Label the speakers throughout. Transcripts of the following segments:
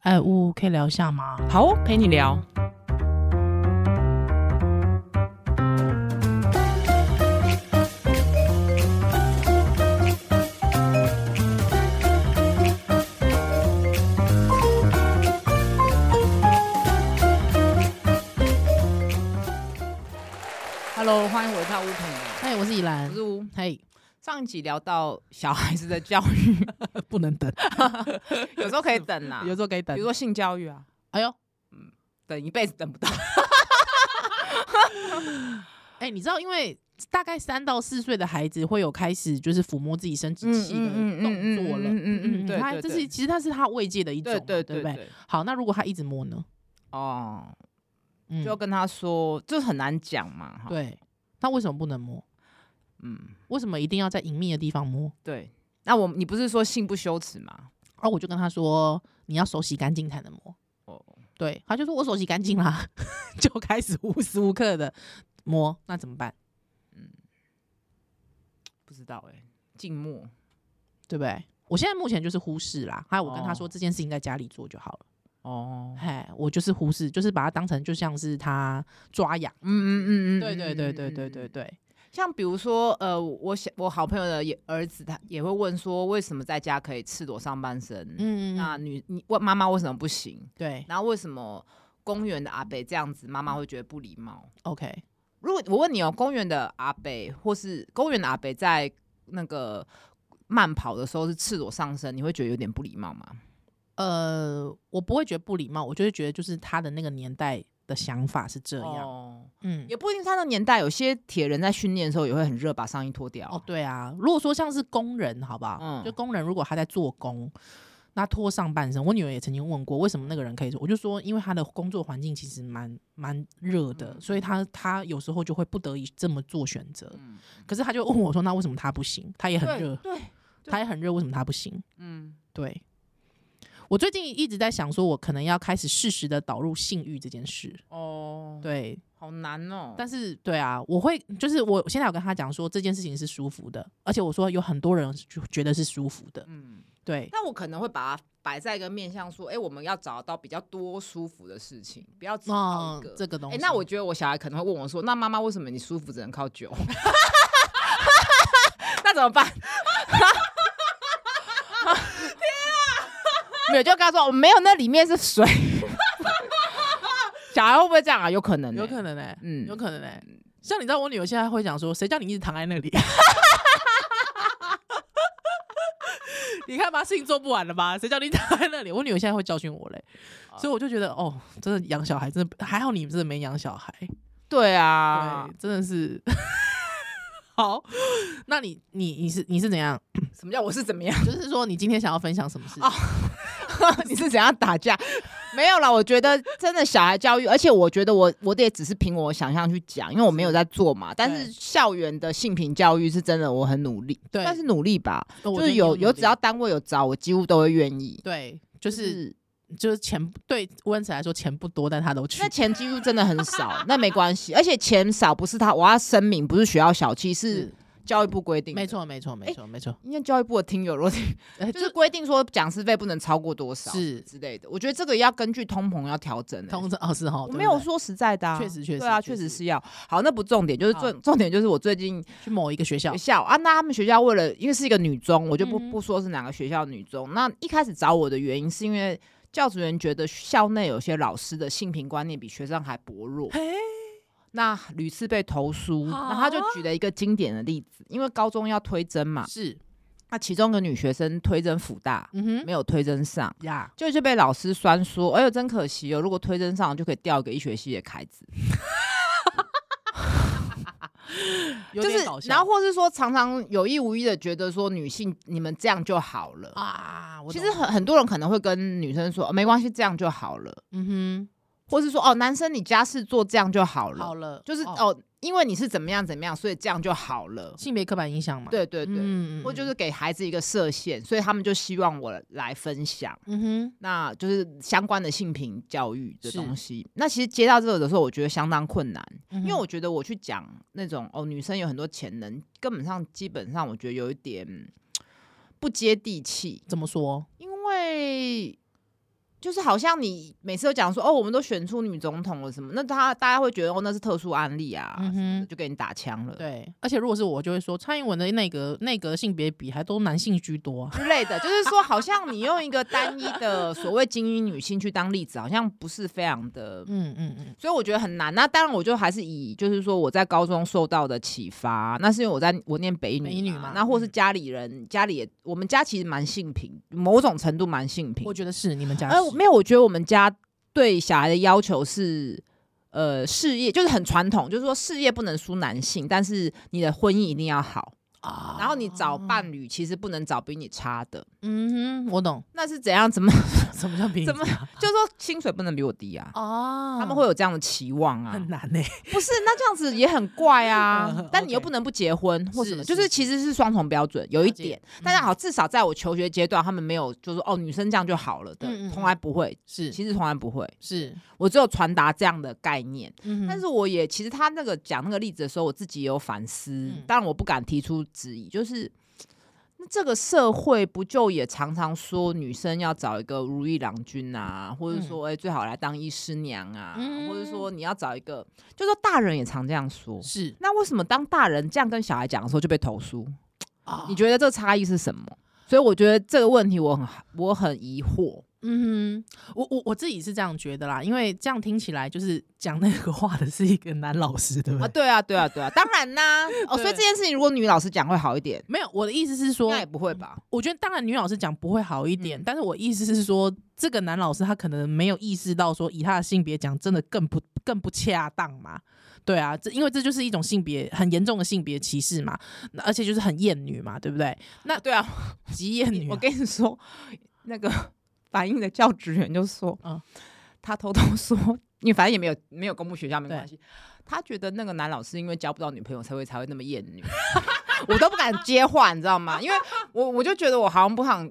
Speaker 1: 哎，呜，可以聊一下吗？
Speaker 2: 好哦，陪你聊。Hello，欢迎回到屋陪你聊，
Speaker 1: 哎嗨，我是依兰
Speaker 2: 我。是屋。
Speaker 1: 嘿，
Speaker 2: 上一集聊到小孩子的教育，
Speaker 1: 不能等，
Speaker 2: 有时候可以等啦，
Speaker 1: 有时候可以等
Speaker 2: 比如。说性教育啊，
Speaker 1: 哎呦，
Speaker 2: 等一辈子等不到。
Speaker 1: 哎，你知道，因为大概三到四岁的孩子会有开始就是抚摸自己生殖器的动作了。
Speaker 2: 嗯对，
Speaker 1: 他
Speaker 2: 对
Speaker 1: 这
Speaker 2: 对
Speaker 1: 是其实他是他慰藉的一种
Speaker 2: 对
Speaker 1: 嘛，
Speaker 2: 对
Speaker 1: 对不对？
Speaker 2: 对，
Speaker 1: 好，那如果他一直摸呢？
Speaker 2: 哦，
Speaker 1: 嗯
Speaker 2: 就要跟他说，就很难讲嘛，哈，
Speaker 1: 对，那为什么不能摸？
Speaker 2: 嗯，
Speaker 1: 为什么一定要在隐秘的地方摸？
Speaker 2: 对。那我你不是说性不羞耻吗？
Speaker 1: 啊，我就跟他说，你要手洗干净才能摸。
Speaker 2: 哦，
Speaker 1: 对，他就说我手洗干净啦， 就开始无时无刻的摸，那怎么办？
Speaker 2: 不知道哎、静默。
Speaker 1: 对不对？我现在目前就是忽视啦，还有我跟他说
Speaker 2: 哦
Speaker 1: 这件事情在家里做就好了，
Speaker 2: 哦，
Speaker 1: 哎、我就是忽视，就是把它当成就像是他抓痒，
Speaker 2: 嗯嗯嗯嗯，
Speaker 1: 对对对
Speaker 2: 嗯
Speaker 1: 对对对。
Speaker 2: 嗯嗯嗯
Speaker 1: 对，
Speaker 2: 像比如说，呃，我想我好朋友的也儿子，他也会问说，为什么在家可以赤裸上半身？
Speaker 1: 嗯，
Speaker 2: 那女你问妈妈为什么不行？
Speaker 1: 对
Speaker 2: 然后为什么公园的阿北这样子，妈妈会觉得不礼貌？
Speaker 1: ，OK，
Speaker 2: 如果我问你哦，公园的阿北或是公园的阿北在那个慢跑的时候是赤裸上身，你会觉得有点不礼貌吗？
Speaker 1: 呃，我不会觉得不礼貌，我就会觉得就是他的那个年代的想法是这样，
Speaker 2: 哦，
Speaker 1: 嗯，
Speaker 2: 也不一定。他的年代有些铁人在训练的时候也会很热，把上衣脱掉。
Speaker 1: 哦，对啊，如果说像是工人，好不好？
Speaker 2: 嗯
Speaker 1: 就工人如果他在做工，那脱上半身，我女儿也曾经问过，为什么那个人可以做？我就说，因为他的工作环境其实蛮蛮热的，
Speaker 2: 嗯
Speaker 1: 所以他他有时候就会不得已这么做选择。
Speaker 2: 嗯，
Speaker 1: 可是他就问我说，那为什么他不行？他也很
Speaker 2: 对
Speaker 1: 热，
Speaker 2: 对，对
Speaker 1: 他也很热，为什么他不行？
Speaker 2: 嗯，
Speaker 1: 对。我最近一直在想，说我可能要开始适时的导入性欲这件事。
Speaker 2: 哦，，
Speaker 1: 对，
Speaker 2: 好难哦。
Speaker 1: 但是对啊，我会就是我现在有跟他讲说这件事情是舒服的，而且我说有很多人就觉得是舒服的，
Speaker 2: 嗯，
Speaker 1: 对，
Speaker 2: 那我可能会把它摆在一个面向说，哎、我们要找到比较多舒服的事情，不要只靠一
Speaker 1: 嗯
Speaker 2: 个。，
Speaker 1: 这个东
Speaker 2: 哎、
Speaker 1: 西，
Speaker 2: 那我觉得我小孩可能会问我说：“那妈妈为什么你舒服只能靠酒？” 那怎么办？ 天 啊！没有，就跟他说我没有，那里面是水。小孩会不会这样啊？有可能、
Speaker 1: 有可。能哎、
Speaker 2: 嗯
Speaker 1: 有可能哎、像你知道，我女儿现在会讲说，谁叫你一直躺在那里？ 你看吧，事情做不完了吧？谁叫你躺在那里？我女儿现在会教训我嘞，
Speaker 2: 啊
Speaker 1: 所以我就觉得，哦，真的养小孩，真的还好，你真的没养小孩，
Speaker 2: 对啊
Speaker 1: 对，，真的是 好。那你你你是你是怎样？
Speaker 2: 什么叫我是怎么样？
Speaker 1: 就是说，你今天想要分享什么事情？
Speaker 2: 哦 你是怎样打架？没有啦，我觉得真的小孩教育，而且我觉得我我得只是凭我想象去讲，因为我没有在做嘛。但是
Speaker 1: 对
Speaker 2: 校园的性平教育是真的，我很努力，
Speaker 1: 对
Speaker 2: 但是努力吧，
Speaker 1: 哦我觉得
Speaker 2: 就是
Speaker 1: 你
Speaker 2: 有
Speaker 1: 努
Speaker 2: 有
Speaker 1: 力
Speaker 2: 只要单位有找，我几乎都会愿意。
Speaker 1: 对，就是就是钱不对温子来说钱不多，但他都去
Speaker 2: 那。钱几乎真的很少，那没关系，而且钱少不是他，我要声明不是学校小气，是教育部规
Speaker 1: 嗯
Speaker 2: 定。
Speaker 1: 没，错，没错，没错，没错。
Speaker 2: 因为教育部的听友如果
Speaker 1: 哎，
Speaker 2: 就
Speaker 1: 就是
Speaker 2: 规定说讲师费不能超过多少
Speaker 1: 是
Speaker 2: 之类的，我觉得这个要根据通膨要调整、欸。
Speaker 1: 通知哦，是哈，
Speaker 2: 我
Speaker 1: 对
Speaker 2: 没
Speaker 1: 不
Speaker 2: 有
Speaker 1: 对
Speaker 2: 说实在的、啊，
Speaker 1: 确实确实
Speaker 2: 对啊，
Speaker 1: 确
Speaker 2: 确
Speaker 1: 实
Speaker 2: 实是要好，那不重点，就是重重点就是我最近
Speaker 1: 去某一个学校
Speaker 2: 学，校啊，那他们学校为了因为是一个女中，我就不
Speaker 1: 嗯哼
Speaker 2: 不说是哪个学校的女中，那一开始找我的原因是因为教职员觉得校内有些老师的性平观念比学生还薄弱，
Speaker 1: 嘿，
Speaker 2: 那屡次被投诉，
Speaker 1: 啊
Speaker 2: 然后他就举了一个经典的例子，因为高中要推甄嘛，
Speaker 1: 是，
Speaker 2: 那其中一个女学生推甄辅大
Speaker 1: 嗯哼，
Speaker 2: 没有推甄上。
Speaker 1: 呀，
Speaker 2: 就就被老师酸说，哎呦，真可惜哦！如果推甄上，就可以掉一个一学期的开支。
Speaker 1: 有
Speaker 2: 就
Speaker 1: 点
Speaker 2: 是
Speaker 1: 搞，笑
Speaker 2: 然后或是说常常有意无意的觉得说女性你们这样就好了，
Speaker 1: 啊，我
Speaker 2: 其
Speaker 1: 懂
Speaker 2: 实很很多人可能会跟女生说、哦没关系，这样就好了，
Speaker 1: 嗯
Speaker 2: 或是说哦男生你家事做这样就好
Speaker 1: 哼，
Speaker 2: 了，
Speaker 1: 好了，
Speaker 2: 就是哦因为你是怎么样怎么样，所以这样就好了。
Speaker 1: 性别刻板印象嘛，
Speaker 2: 对对对，
Speaker 1: 嗯，嗯
Speaker 2: 或就
Speaker 1: 嗯
Speaker 2: 是给孩子一个设限，所以他们就希望我来分享。
Speaker 1: 嗯
Speaker 2: 那就是相关的性平教育的
Speaker 1: 是
Speaker 2: 东西。那其实接到这个的时候，我觉得相当困难。
Speaker 1: 哼，
Speaker 2: 因为我
Speaker 1: 嗯
Speaker 2: 觉得我去讲那种哦，女生有很多潜能，根本上基本上我觉得有一点嗯不接地气，
Speaker 1: 哼怎么说？
Speaker 2: 因为就是好像你每次都讲说哦，我们都选出女总统了什么，那他大家会觉得哦那是特殊案例啊，
Speaker 1: 嗯哼
Speaker 2: 就给你打枪了，
Speaker 1: 对，而且如果是我，就会说蔡英文的内阁内阁性别比还都男性居多啊。
Speaker 2: 之类的，就是说好像你用一个单一的所谓精英女性去当例子，好像不是非常的
Speaker 1: 嗯嗯嗯，
Speaker 2: 所以我觉得很难。那当然，我就还是以就是说我在高中受到的启发，那是因为我在我念北一女嘛，
Speaker 1: 北一女嘛
Speaker 2: 那或是
Speaker 1: 嗯
Speaker 2: 家里人、家里也，我们家其实蛮性平，某种程度蛮性平
Speaker 1: 我。觉得是你们家是。
Speaker 2: 哎、我没有，我觉得我们家对小孩的要求是。呃，事业就是很传统，就是说事业不能输男性，但是你的婚姻一定要好。
Speaker 1: 啊
Speaker 2: 然后你找伴侣，其实不能找比你差的。
Speaker 1: 嗯哼，我懂
Speaker 2: 那是怎样？怎么？
Speaker 1: 什么叫平
Speaker 2: 怎么就是说薪水不能比我低啊？
Speaker 1: 哦，
Speaker 2: 他们会有这样的期望啊？
Speaker 1: 很难欸呢、
Speaker 2: 不是，那这样子也很怪啊
Speaker 1: 嗯。
Speaker 2: 但你又
Speaker 1: OK
Speaker 2: 不能不结婚或什么，
Speaker 1: 是
Speaker 2: 就是
Speaker 1: 是
Speaker 2: 其实是双重标准，有一
Speaker 1: 了解
Speaker 2: 点。
Speaker 1: 嗯
Speaker 2: 但是好，至少在我求学阶段，他们没有就是哦，女生这样就好了的
Speaker 1: 嗯嗯，嗯
Speaker 2: 从来不会。
Speaker 1: 是
Speaker 2: 其实从来不会，
Speaker 1: 是，
Speaker 2: 我只有传达这样的概念。
Speaker 1: 嗯
Speaker 2: 但
Speaker 1: 哼
Speaker 2: 是我也其实他那个讲那个例子的时候，我自己也有反思
Speaker 1: 嗯，
Speaker 2: 当然我不敢提出质疑，就是。那这个社会不就也常常说女生要找一个如意郎君啊，或者说哎、最好来当医师娘啊，
Speaker 1: 嗯
Speaker 2: 或者说你要找一个，就说大人也常这样 说。
Speaker 1: 是
Speaker 2: 那为什么当大人这样跟小孩讲的时候就被投诉？
Speaker 1: 啊
Speaker 2: 你觉得这差异是什么？所以我觉得这个问题我很我很疑惑。
Speaker 1: 嗯哼，我我我自己是这样觉得啦，因为这样听起来就是讲那个话的是一个男老师，对不
Speaker 2: 啊，
Speaker 1: 对？
Speaker 2: 对啊，对啊，对啊，当然啦。哦，所以
Speaker 1: 对
Speaker 2: 这件事情如果女老师讲会好一点，
Speaker 1: 没有，我的意思是
Speaker 2: 应
Speaker 1: 说
Speaker 2: 该，也不会吧？
Speaker 1: 我觉得当然女老师讲不会好一点，
Speaker 2: 嗯
Speaker 1: 但是我意思是说，这个男老师他可能没有意识到说，以他的性别讲真的更不更不恰当嘛。对啊，这因为这就是一种性别很严重的性别歧视嘛，那而且就是很厌女嘛，对不对？那
Speaker 2: 对 啊，
Speaker 1: 极厌女啊、
Speaker 2: 我跟你说，那个 反映的教职员就说，
Speaker 1: 嗯
Speaker 2: 他偷偷说， 因为反正也没有没有公布学校，没
Speaker 1: 对
Speaker 2: 关系。他觉得那个男老师因为交不到女朋友，才会才会那么厌女， 我都不敢接话，你知道吗？因为我我就觉得我好像不想，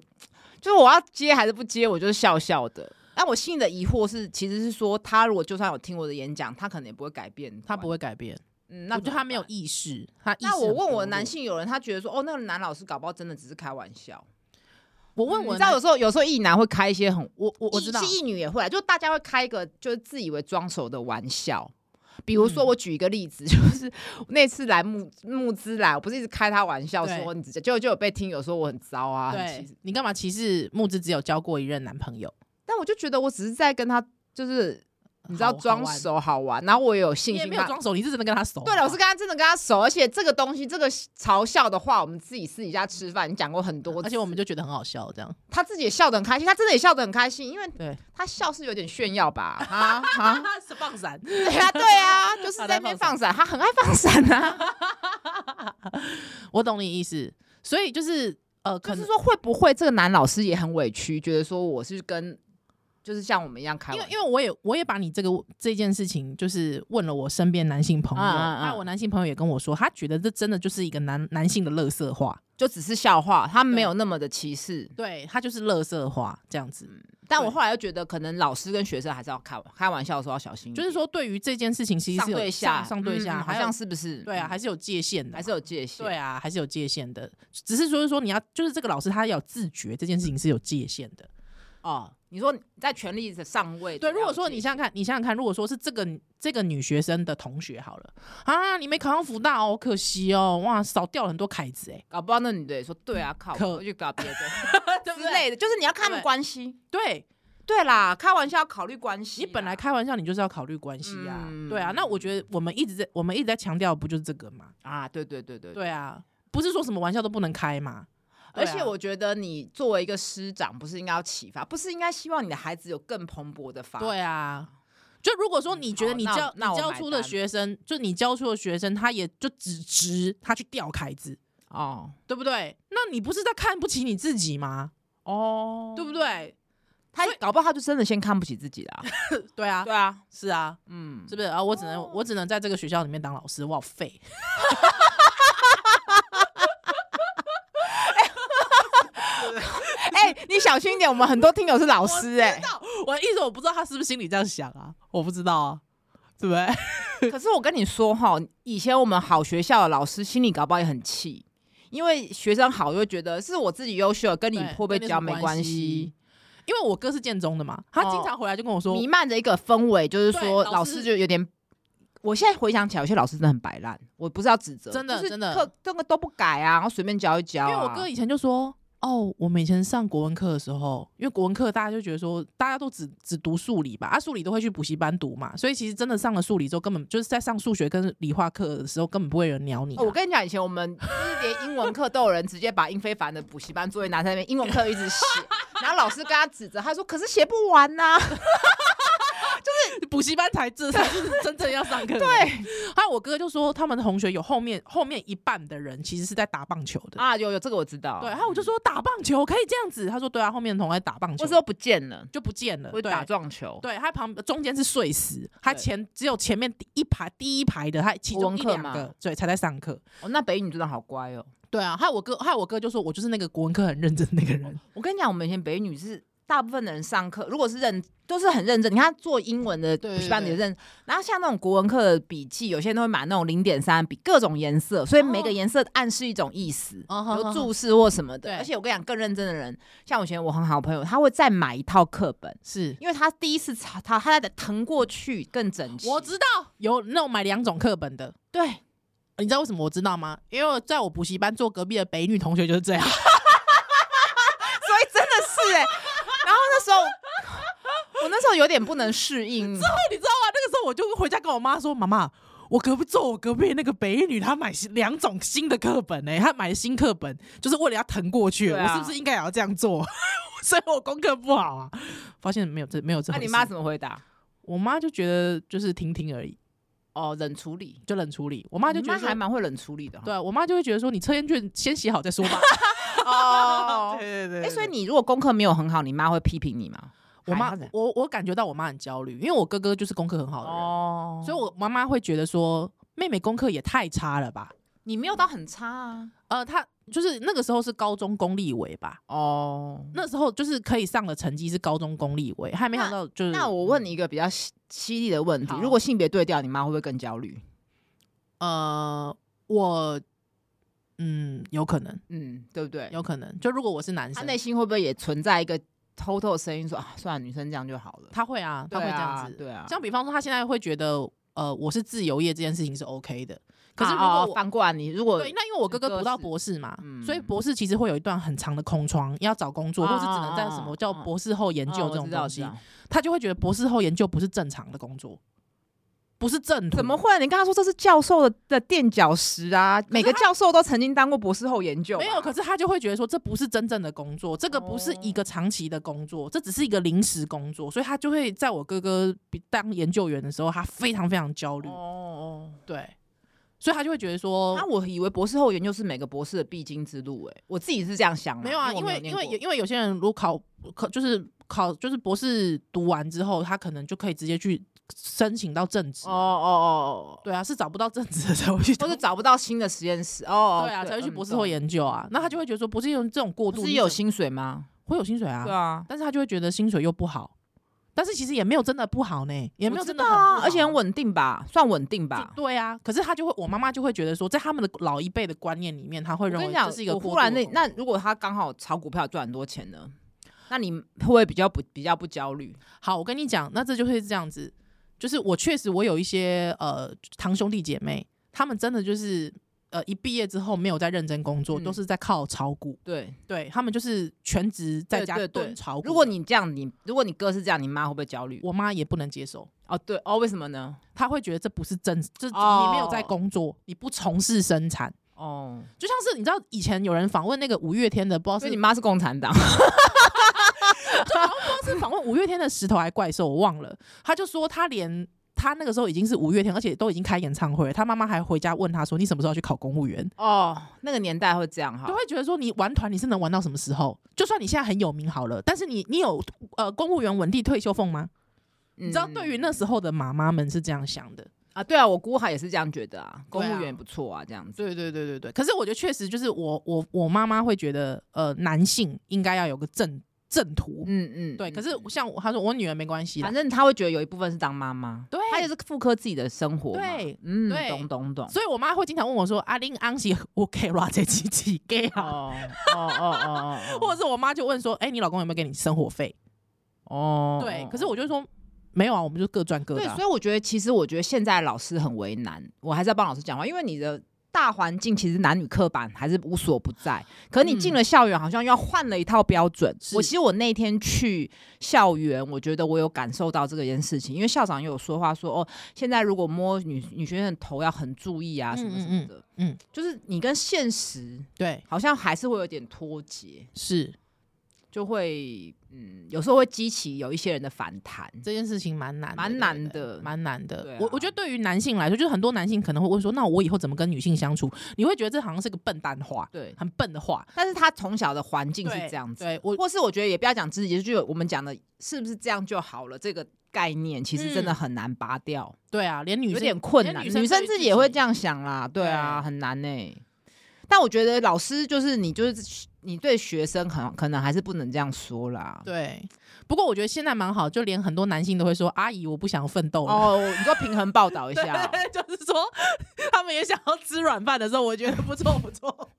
Speaker 2: 就是我要接还是不接，我就是笑笑的。但我心里的疑惑是，其实是说，他如果就算有听我的演讲，他可能也不会改变，
Speaker 1: 他不，会改变，
Speaker 2: 嗯，
Speaker 1: 那
Speaker 2: 那
Speaker 1: 我觉得他没有
Speaker 2: 怎么办。
Speaker 1: 意识，他意识
Speaker 2: 那我
Speaker 1: 很薄
Speaker 2: 问我
Speaker 1: 弱
Speaker 2: 的男，性友人，他觉得说，哦，那个男老师搞不好真的只是开玩笑。嗯
Speaker 1: 我问我
Speaker 2: 你
Speaker 1: 的
Speaker 2: 知道
Speaker 1: 男
Speaker 2: 有时候有时候异男会开一些很
Speaker 1: 我我我知道
Speaker 2: 是异女也会啊，就大家会开一个就是自以为装熟的玩笑。比如说，
Speaker 1: 嗯
Speaker 2: 我举一个例子， 就是那次来募募资来，我不是一直开他玩笑
Speaker 1: 对
Speaker 2: 说你直接，就就有被听友说我很糟啊，很
Speaker 1: 对
Speaker 2: 歧视。
Speaker 1: 你干嘛歧视木之只有交过一任男朋友？
Speaker 2: 但我就觉得我只是在跟他就是你知道
Speaker 1: 好
Speaker 2: 装，熟好玩，然后我也有
Speaker 1: 好玩你
Speaker 2: 信
Speaker 1: 也
Speaker 2: 心
Speaker 1: 没有
Speaker 2: 他。
Speaker 1: 装熟，你是真的跟他熟。
Speaker 2: 对了，我是跟他真的跟他熟，而且这个东西，这个嘲笑的话，我们自己私底下吃饭，你讲过很多次，
Speaker 1: 而且我们就觉得很好笑，这样。
Speaker 2: 他自己也笑得很开心，他真的也笑得很开心，因为
Speaker 1: 对
Speaker 2: 他笑是有点炫耀 吧？啊啊，
Speaker 1: 他是 放闪，
Speaker 2: 对啊，对啊，就是
Speaker 1: 他在
Speaker 2: 在那边放
Speaker 1: 放
Speaker 2: 闪，他很爱放闪啊。
Speaker 1: 我懂你意思。所以就是呃，可
Speaker 2: 就是
Speaker 1: 能
Speaker 2: 说，会不会这个男老师也很委屈，觉得说我是跟就是像我们一样开
Speaker 1: 因为
Speaker 2: 玩
Speaker 1: 因
Speaker 2: 笑？
Speaker 1: 为我也我也把你这个这件事情，就是问了我身边男性朋友，
Speaker 2: 嗯嗯嗯
Speaker 1: 那我男性朋友也跟我说，他觉得这真的就是一个男男性的乐色化，
Speaker 2: 就只是笑话，他没有那么的歧视。
Speaker 1: 对他就是乐色化这样子。
Speaker 2: 但我
Speaker 1: 对
Speaker 2: 后来又觉得，可能老师跟学生还是要开开玩笑的时候要小心一
Speaker 1: 就
Speaker 2: 点，
Speaker 1: 是说，对于这件事情，其实
Speaker 2: 上
Speaker 1: 是有
Speaker 2: 对下
Speaker 1: 上上对
Speaker 2: 嗯
Speaker 1: 下，
Speaker 2: 嗯好
Speaker 1: 还有
Speaker 2: 像是不是？
Speaker 1: 对啊，
Speaker 2: 嗯
Speaker 1: 还是有界限的嘛，
Speaker 2: 还是有界限。
Speaker 1: 对啊，还是有界限的。只是说是说你要，就是这个老师他要有自觉这件事情是有界限的。
Speaker 2: 哦，你说在权力的上位，
Speaker 1: 对，如果说你想想看，你想想看，如果说是这个这个女学生的同学好了啊，你没考上福大哦，可惜哦，哇，少掉了很多凯子哎，
Speaker 2: 搞不到那女的也说对啊，靠，
Speaker 1: 可
Speaker 2: 我去搞 别的
Speaker 1: 对不
Speaker 2: 之
Speaker 1: 对？
Speaker 2: 类的，就是你要看他们
Speaker 1: 对
Speaker 2: 关系。
Speaker 1: 对
Speaker 2: 对啦，开玩笑要考虑关系啦。
Speaker 1: 你本来开玩笑，你就是要考虑关系呀、
Speaker 2: 啊嗯
Speaker 1: 对啊。那我觉得我们一直在我们一直在强调，不就是这个嘛？
Speaker 2: 啊，对对对对
Speaker 1: 对啊，不是说什么玩笑都不能开嘛。
Speaker 2: 而
Speaker 1: 对
Speaker 2: 且
Speaker 1: 啊
Speaker 2: 我觉得你作为一个师长，不是应该要启发，不是应该希望你的孩子有更蓬勃的发展？
Speaker 1: 对啊，就如果说你觉得
Speaker 2: 好
Speaker 1: 你
Speaker 2: 那我
Speaker 1: 教你
Speaker 2: 那我
Speaker 1: 教
Speaker 2: 买
Speaker 1: 出的
Speaker 2: 单
Speaker 1: 学生，就你教出的学生，他也就只值他去钓凯子，
Speaker 2: 哦
Speaker 1: 对不对？那你不是在看不起你自己吗？
Speaker 2: 哦
Speaker 1: 对不？对？
Speaker 2: 他搞不好他就真的先看不起自己啦。
Speaker 1: 对啊，
Speaker 2: 对啊，
Speaker 1: 是啊，
Speaker 2: 嗯
Speaker 1: 是，不是啊？我只能、我只能在这个学校里面当老师，我好废。
Speaker 2: 哎，你小心一点，我们很多听友是老师哎。
Speaker 1: 我的意思我不知道他是不是心里这样想啊，我不知道啊，对不对？
Speaker 2: 可是我跟你说哈，以前我们好学校的老师心里搞不好也很气，因为学生好就会觉得是我自己优秀，跟你
Speaker 1: 对
Speaker 2: 会不会
Speaker 1: 跟你
Speaker 2: 教
Speaker 1: 什么
Speaker 2: 没
Speaker 1: 关
Speaker 2: 关系。
Speaker 1: 因为我哥是建中的嘛，他经
Speaker 2: 哦
Speaker 1: 常回来就跟我说，
Speaker 2: 弥漫着一个氛围，就是
Speaker 1: 对
Speaker 2: 说
Speaker 1: 老
Speaker 2: 老
Speaker 1: 师
Speaker 2: 师就有点。我现在回想起来，有些老师真的很摆烂，我不是要指责，
Speaker 1: 真的
Speaker 2: 就是
Speaker 1: 真的
Speaker 2: 课这个都不改啊，然后随便教一教、
Speaker 1: 因
Speaker 2: 啊。
Speaker 1: 为我哥以前就说，哦，我们以前上国文课的时候，因为国文课大家就觉得说，大家都只只读数理吧，啊，数理都会去补习班读嘛，所以其实真的上了数理之后，根本就是在上数学跟理化课的时候，根本不会有人鸟你啊、
Speaker 2: 哦我跟你讲，以前我们就是连英文课都有人直接把英非凡的补习班作业拿在那边，英文课一 直写，然后老师跟他指责，他说：“可是写不完呐、
Speaker 1: 补习班才这才是真正要 上课。对，还有我哥就说，他们的同学有后面后面一半的人其实是在打棒球的。
Speaker 2: 啊，有有这个我知道，
Speaker 1: 对，然后我就说打棒球可以这样子，他说对啊，后面的同学在打棒球
Speaker 2: 我说不见了，
Speaker 1: 就不见了，
Speaker 2: 我
Speaker 1: 对
Speaker 2: 打撞球，
Speaker 1: 对，他旁中间是睡死，他
Speaker 2: 对
Speaker 1: 前只有前面第一排第一排的，他其
Speaker 2: 国文
Speaker 1: 中一
Speaker 2: 课
Speaker 1: 两
Speaker 2: 嘛
Speaker 1: 个对才在上课。
Speaker 2: 哦，那北语你真的好乖哦。
Speaker 1: 对啊，还有我哥，还有我哥就说我就是那个国文课很认真的那个人。
Speaker 2: 我跟你讲，我们以前北女是大部分的人上课，如果是认都是很认真。你看做英文的
Speaker 1: 对
Speaker 2: 补习班
Speaker 1: 对
Speaker 2: 也认，然后像那种国文课的笔记，有些人都会买那种零点三笔，各种颜色，所以每个颜色暗示一种意思，
Speaker 1: 哦好好
Speaker 2: 有 注释或什么
Speaker 1: 对
Speaker 2: 的。而且我跟你讲，更认真的人，像我以前我很好的朋友，他会再买一套课本。
Speaker 1: 是
Speaker 2: 因为他第一次查他他在腾过去更整齐，
Speaker 1: 我知道有那种买两种课本的，
Speaker 2: 对
Speaker 1: 你知道为什么我知道吗？因为在我补习班坐隔壁的北女同学就是这样。
Speaker 2: 所以真的是哎、 然后那时候我那时候有点不能适应，
Speaker 1: 你知道吗？那个时候我就回家跟我妈说：“妈妈，我隔壁坐我隔壁那个北女，她买新两种新的课本呢、她买了新课本就是为了要腾过去。
Speaker 2: 对
Speaker 1: 我
Speaker 2: 啊
Speaker 1: 是不是应该也要这样做？ 所以我功课不好啊，发现没有这没有这
Speaker 2: 那
Speaker 1: 回事。
Speaker 2: 你妈怎么回答？
Speaker 1: 我妈就觉得就是听听而已，
Speaker 2: 哦，冷处理。
Speaker 1: 就冷处理。我妈就
Speaker 2: 你
Speaker 1: 觉得说
Speaker 2: 还蛮会冷处理的哈。
Speaker 1: 对啊，我妈就会觉得说你测验卷先写好再 说吧。
Speaker 2: 哦
Speaker 1: 对对
Speaker 2: 哎、所以你如果功课没有很好，你妈会批评你吗？
Speaker 1: 我妈
Speaker 2: 还好
Speaker 1: 我我感觉到我妈很焦虑，因为我哥哥就是功课很好的人，
Speaker 2: 哦，
Speaker 1: 所以我妈妈会觉得说妹妹功课也太差了吧。
Speaker 2: 你没有到很差啊。
Speaker 1: 呃，她就是那个时候是高中公立委吧，
Speaker 2: 哦，
Speaker 1: 那时候就是可以上的成绩是高中公立委，还没想到就是
Speaker 2: 那我问你一个比较犀犀利的问题
Speaker 1: 好：
Speaker 2: 如果性别对调，你妈会不会更焦虑？
Speaker 1: 呃，我嗯，有可能，
Speaker 2: 嗯，对不对？
Speaker 1: 有可能，就如果我是男
Speaker 2: 她
Speaker 1: 生，
Speaker 2: 内心会不会也存在一个偷偷的声音说啊，算了，女生这样就好了？
Speaker 1: 他会啊，他会
Speaker 2: 对
Speaker 1: 这样
Speaker 2: 啊
Speaker 1: 子，
Speaker 2: 对啊。
Speaker 1: 像比方说，他现在会觉得，呃，我是自由业这件事情是 OK 的。可是如
Speaker 2: 啊
Speaker 1: 果
Speaker 2: 哦
Speaker 1: 我、
Speaker 2: 翻过来，你如果
Speaker 1: 对，那因为我哥
Speaker 2: 哥
Speaker 1: 哥读到
Speaker 2: 是
Speaker 1: 博士嘛，
Speaker 2: 嗯
Speaker 1: 所以博士其实会有一段很长的空窗，要找工作，
Speaker 2: 啊
Speaker 1: 或是只能在什
Speaker 2: 啊
Speaker 1: 么
Speaker 2: 啊
Speaker 1: 叫
Speaker 2: 啊
Speaker 1: 博士后研
Speaker 2: 嗯
Speaker 1: 究
Speaker 2: 我
Speaker 1: 这种
Speaker 2: 知道
Speaker 1: 东
Speaker 2: 我
Speaker 1: 西，
Speaker 2: 知道
Speaker 1: 他就会觉得博士后研究不是正常的工作，不是正途。
Speaker 2: 怎么会？你跟他说这是教授的的垫脚石啊！每个教授都曾经当过博士后研究吧，
Speaker 1: 没有，可是他就会觉得说，这不是真正的工作，这个不是一个长期的工作，这只是一个临时工作，所以他就会在我哥哥比当研究员的时候，他非常非常焦虑，
Speaker 2: 哦啊
Speaker 1: 对，所以他就会觉得说，
Speaker 2: 那我以为博士后研究是每个博士的必经之路、欸，哎，我自己是这样想的。
Speaker 1: 没有啊，因
Speaker 2: 因
Speaker 1: 为
Speaker 2: 我没有
Speaker 1: 因为
Speaker 2: 念
Speaker 1: 有
Speaker 2: 过
Speaker 1: 因为有些人如果考考就是考就是博士读完之后，他可能就可以直接去申请到正职。
Speaker 2: 哦哦哦哦，
Speaker 1: 对啊，是找不到正职的才会去读
Speaker 2: 或是。找不到新的实验室，哦哦，
Speaker 1: 对啊，才会去博士后
Speaker 2: 究。
Speaker 1: 研究啊。那他就会觉得说，博士用这种过
Speaker 2: 不
Speaker 1: 度
Speaker 2: 是
Speaker 1: 你
Speaker 2: 有
Speaker 1: 怎么
Speaker 2: 薪水吗？
Speaker 1: 会有薪水啊，
Speaker 2: 对啊，
Speaker 1: 但是他就会觉得薪水又不好，但是其实也没有真的不好呢，也没有
Speaker 2: 我知
Speaker 1: 真的
Speaker 2: 道
Speaker 1: 很不
Speaker 2: 啊，
Speaker 1: 好
Speaker 2: 而且很稳定吧，算稳定吧
Speaker 1: 就。对啊，可是他就会，我妈妈就会觉得说，在他们的老一辈的观念里面，他会
Speaker 2: 我
Speaker 1: 认
Speaker 2: 跟
Speaker 1: 为
Speaker 2: 你讲，
Speaker 1: 这是一个
Speaker 2: 我
Speaker 1: 过
Speaker 2: 忽
Speaker 1: 度
Speaker 2: 然
Speaker 1: 的
Speaker 2: 那
Speaker 1: 工作
Speaker 2: 那如果他刚好炒股票赚很多钱呢，那你会不会比较不比较不焦虑？
Speaker 1: 好，我跟你讲，那这就会是这样子，就是我确实我有一些呃堂兄弟姐妹，他们真的就是呃一毕业之后没有在认真工作，
Speaker 2: 嗯
Speaker 1: 都是在靠炒股，
Speaker 2: 对，
Speaker 1: 对他们就是全职在
Speaker 2: 对
Speaker 1: 家
Speaker 2: 对对
Speaker 1: 蹲炒股的。
Speaker 2: 如果你这样，你如果你哥是这样，你妈会不会焦虑？
Speaker 1: 我妈也不能接受，
Speaker 2: 哦，对哦，为什么呢？
Speaker 1: 她会觉得这不是真，这
Speaker 2: 哦
Speaker 1: 你没有在工作，你不从事生产，
Speaker 2: 哦，
Speaker 1: 就像是你知道以前有人访问那个五月天的，不知道哦是
Speaker 2: 所
Speaker 1: 啊
Speaker 2: 以你妈是共 产党，
Speaker 1: 是访问五月天的石头还怪兽，我忘了。他就说他连他那个时候已经是五月天，而且都已经开演唱会了。他妈妈还回家问他说：“你什么时候要去考公务员
Speaker 2: 哦，那个年代会这样？”哈
Speaker 1: 就。会觉得说你玩团你是能玩到什么时候？就算你现在很有名好了，但是你你有呃公务员稳定退休俸吗？
Speaker 2: 你
Speaker 1: 你知道，对于那时候的妈妈们是这样想的。
Speaker 2: 嗯啊，对啊，我姑还也是这样觉得啊，公
Speaker 1: 对啊
Speaker 2: 务员也不错啊，这样子。
Speaker 1: 对对对对对。可是我觉得确实就是我我我妈妈会觉得呃男性应该要有个正正途。
Speaker 2: 嗯嗯，
Speaker 1: 对，
Speaker 2: 嗯
Speaker 1: 可是像我，她说我女儿没关系啦
Speaker 2: 反，正他会觉得有一部分是当妈妈，
Speaker 1: 对
Speaker 2: 他也是复刻自己的生活嘛。
Speaker 1: 对
Speaker 2: 嗯，
Speaker 1: 对
Speaker 2: 懂懂懂。
Speaker 1: 所以我妈会经常问我说：“阿玲安喜我给拉这几几给啊
Speaker 2: 哦哦哦哦哦，？”
Speaker 1: 或者是我妈就问说：“哎、你老公有没有给你生活费？”
Speaker 2: 哦，
Speaker 1: 对
Speaker 2: 哦，
Speaker 1: 可是我就说没有啊，我们就各赚各
Speaker 2: 对
Speaker 1: 的，啊
Speaker 2: 所。以我觉得其实我觉得现在老师很为难，我还是要帮老师讲话，因为你的。大环境其实男女刻板还是无所不在，可你进了校园好像要换了一套标准。
Speaker 1: 嗯是
Speaker 2: 我其实我那天去校园，我觉得我有感受到这个件事情，因为校长也有说话说哦，现在如果摸女女学生的头要很注意啊，什么什么的，
Speaker 1: 嗯嗯嗯
Speaker 2: 就是你跟现实
Speaker 1: 对，
Speaker 2: 好像还是会有点脱节，
Speaker 1: 是
Speaker 2: 就会嗯，有时候会激起有一些人的反弹。
Speaker 1: 这件事情蛮难的，
Speaker 2: 蛮
Speaker 1: 对
Speaker 2: 难
Speaker 1: 对
Speaker 2: 的
Speaker 1: 蛮难的。
Speaker 2: 对啊
Speaker 1: 我我觉得对于男性来说，就是很多男性可能会问说，那我以后怎么跟女性相处？你会觉得这好像是个笨蛋话，
Speaker 2: 对，
Speaker 1: 很笨的话，
Speaker 2: 但是他从小的环境是
Speaker 1: 对
Speaker 2: 这样子，
Speaker 1: 对我
Speaker 2: 或是我觉得也不要讲自己，就是我们讲的是不是这样就好了这个概念，其实真的
Speaker 1: 嗯
Speaker 2: 很难拔掉，
Speaker 1: 对啊，连女生
Speaker 2: 有点困
Speaker 1: 连
Speaker 2: 难。
Speaker 1: 女
Speaker 2: 女
Speaker 1: 生
Speaker 2: 生
Speaker 1: 对于
Speaker 2: 自己也会这样想啦，对啊，
Speaker 1: 对
Speaker 2: 很难呢、但我觉得老师就是你，就是你对学生很可能还是不能这样说啦。
Speaker 1: 对。不过我觉得现在蛮好，就连很多男性都会说：“阿姨，我不想奋斗了。”
Speaker 2: 哦，你说平衡报道一
Speaker 1: 对
Speaker 2: 下哦，
Speaker 1: 就是说他们也想要吃软饭的时候，我觉得不错不 错。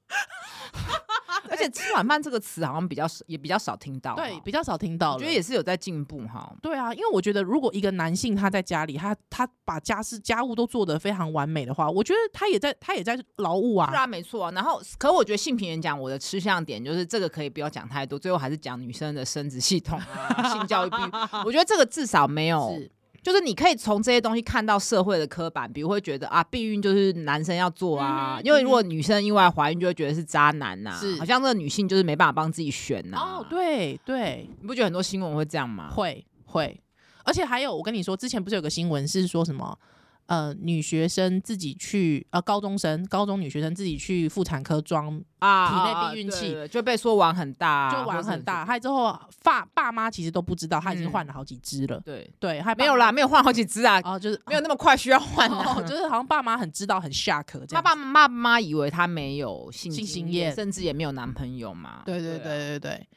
Speaker 2: 而且“吃软饭”这个词好像比较少，也比较少听到。哦
Speaker 1: 对，比较少听到
Speaker 2: 啊我
Speaker 1: 了，
Speaker 2: 觉得也是有在进步哈。
Speaker 1: 对啊，因为我觉得如果一个男性他在家里，他他把家事家务都做得非常完美的话，我觉得他也在他也在劳务
Speaker 2: 是
Speaker 1: 啊。
Speaker 2: 啊，没错啊。然后，可我觉得性平演讲我的吃相点就是这个可以不要讲太多，最后还是讲女生的生殖系统 啊、性教育比喻。我觉得这个至少没有，
Speaker 1: 是，
Speaker 2: 就是你可以从这些东西看到社会的刻板，比如会觉得啊，避孕就是男生要做啊，
Speaker 1: 嗯哼
Speaker 2: 因为如果女生意外怀孕就会觉得是渣男呐、
Speaker 1: 是
Speaker 2: 好像这个女性就是没办法帮自己选呐、
Speaker 1: 哦，，对对，
Speaker 2: 你不觉得很多新闻会这样吗？
Speaker 1: 会会，而且还有，我跟你说，之前不是有个新闻是说什么？呃，女学生自己去，呃，高中生、高中女学生自己去妇产科装，
Speaker 2: 啊
Speaker 1: 体内
Speaker 2: 啊
Speaker 1: 避孕
Speaker 2: 对
Speaker 1: 器
Speaker 2: 对对就被说玩很大啊、
Speaker 1: 就
Speaker 2: 或
Speaker 1: 玩
Speaker 2: 者
Speaker 1: 很
Speaker 2: 是
Speaker 1: 大。，害之后，爸爸妈其实都不知道，他已经
Speaker 2: 嗯
Speaker 1: 换了好几支了。
Speaker 2: 对，
Speaker 1: 对，还
Speaker 2: 没有啦，，没有换好几只啊，
Speaker 1: 哦，就是
Speaker 2: 没有那么快需要换、啊。
Speaker 1: 哦，就是好像爸妈很知道，很 shock 这
Speaker 2: 他
Speaker 1: 样。
Speaker 2: 爸妈妈以为他没有性
Speaker 1: 性
Speaker 2: 经
Speaker 1: 经验
Speaker 2: 甚至也没有男朋友嘛。
Speaker 1: 对对
Speaker 2: 啊，
Speaker 1: 对对对，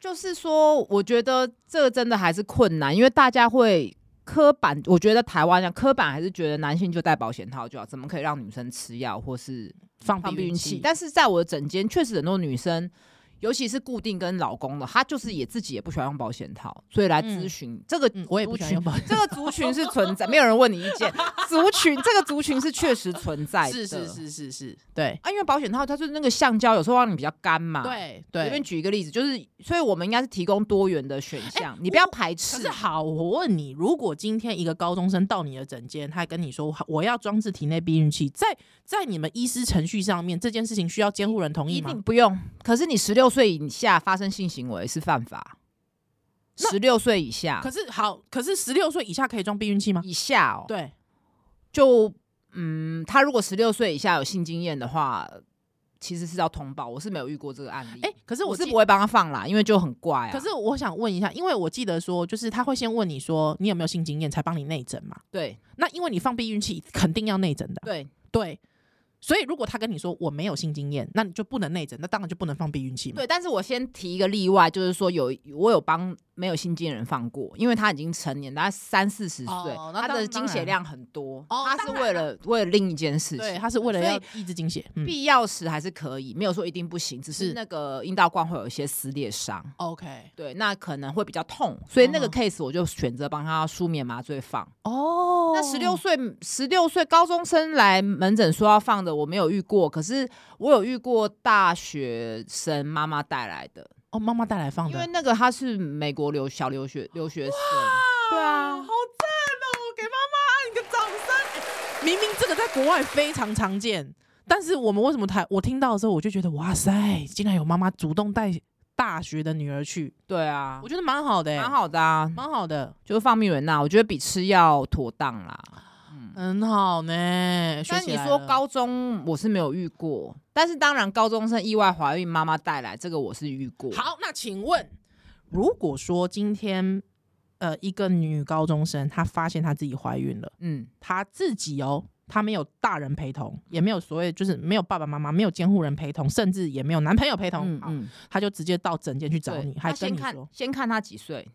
Speaker 2: 就是说，我觉得这个真的还是困难，因为大家会刻板，我觉得台湾讲刻板还是觉得男性就戴保险套就好，怎么可以让女生吃药或是
Speaker 1: 放
Speaker 2: 放
Speaker 1: 避
Speaker 2: 避
Speaker 1: 孕
Speaker 2: 孕器？但是在我的诊间，确实很多女生。尤其是固定跟老公的，她就是也自己也不喜欢用保险套，所以来咨询、这个
Speaker 1: 嗯，我也不
Speaker 2: 族
Speaker 1: 喜欢
Speaker 2: 群
Speaker 1: 用保险。
Speaker 2: 这个族群是存在，没有人问你意 见。族群这个族群是确实存在的，
Speaker 1: 是是是是是，对
Speaker 2: 啊，因为保险套它就是那个橡胶，有时候让你比较干嘛。，
Speaker 1: 对
Speaker 2: 随
Speaker 1: 对。
Speaker 2: 便举一个例子，就是，所以我们应该是提供多元的选项，你不要排
Speaker 1: 哎可
Speaker 2: 斥
Speaker 1: 是。好，我问你，如果今天一个高中生到你的诊间，他跟你说我要装置体内避孕器，在在你们医师程序上面，这件事情需要监护人同意
Speaker 2: 一
Speaker 1: 吗
Speaker 2: 定？不用，可是你十六岁以下发生性行为是犯法，
Speaker 1: 那
Speaker 2: 十六岁以下
Speaker 1: 可，是好，可是十六岁以下可以装避孕器吗？
Speaker 2: 以下哦，
Speaker 1: 对，
Speaker 2: 就嗯，他如果十六岁以下有性经验的话，其实是要通报，我是没有遇过这个案例，
Speaker 1: 哎，可是
Speaker 2: 我
Speaker 1: 我
Speaker 2: 是
Speaker 1: 记
Speaker 2: 不会帮他放啦，因为就很怪啊，
Speaker 1: 可是我想问一下，因为我记得说，就是他会先问你说你有没有性经验，才帮你内诊嘛。
Speaker 2: 对
Speaker 1: 那因为你放避孕器，肯定要内诊的啊。
Speaker 2: 对，
Speaker 1: 对，所以如果他跟你说我没有性经验，那你就不能内诊，那当然就不能放避孕器嘛。
Speaker 2: 对，但是我先提一个例外，就是说有我有帮没有性经验人放过，因为他已经成年，大概三四十岁，
Speaker 1: 哦那
Speaker 2: 他
Speaker 1: 当
Speaker 2: 的
Speaker 1: 然
Speaker 2: 经血量很多，
Speaker 1: 哦
Speaker 2: 他是
Speaker 1: 当然
Speaker 2: 为了为了另一件事
Speaker 1: 对，
Speaker 2: 情。
Speaker 1: 他是为了
Speaker 2: 所以
Speaker 1: 要抑制经血。嗯
Speaker 2: 必要时还是可以，没有说一定不行，只
Speaker 1: 是
Speaker 2: 是那个阴道冠会有一些撕裂伤，
Speaker 1: ，OK，
Speaker 2: 对，那可能会比较痛，所以那个
Speaker 1: 嗯
Speaker 2: case 我就选择帮他舒眠麻醉放。
Speaker 1: 哦
Speaker 2: 那十六岁，十六岁高中生来门诊说要放的，我没有遇过，可是我有遇过大学生妈妈带来的，
Speaker 1: 哦，妈妈带来放
Speaker 2: 因为
Speaker 1: 的。
Speaker 2: 那个他是美国留小留学留学生，对啊，
Speaker 1: 赞哦！给妈妈按个掌声。 明明这个在国外非常常见，但是我们为什么台我听到的时候，我就觉得哇塞，竟然有妈妈主动带大学的女儿去，
Speaker 2: 对啊
Speaker 1: 我，觉得蛮好的、欸，
Speaker 2: 蛮，好的啊，
Speaker 1: 蛮好的，
Speaker 2: 就是放蜜源呐，我觉得比吃药妥当啦。
Speaker 1: 很好呢。啊学
Speaker 2: 但
Speaker 1: 起
Speaker 2: 你
Speaker 1: 来
Speaker 2: 说
Speaker 1: 了
Speaker 2: 高中我是没有遇过，但是当然高中生意外怀孕，妈妈带来这个我是遇过。，
Speaker 1: 好，那请问，如果说今天呃一个女高中生她发现她自己怀孕了，
Speaker 2: 嗯，
Speaker 1: 她自己哦，她没有大人陪同，也没有所谓就是没有爸爸妈妈，没有监护人陪同，甚至也没有男朋友陪同，
Speaker 2: 嗯
Speaker 1: 好
Speaker 2: 嗯，
Speaker 1: 她就直接到诊间去找
Speaker 2: 对
Speaker 1: 你，
Speaker 2: 那
Speaker 1: 还跟
Speaker 2: 先
Speaker 1: 你
Speaker 2: 看
Speaker 1: 说
Speaker 2: 先看他几岁，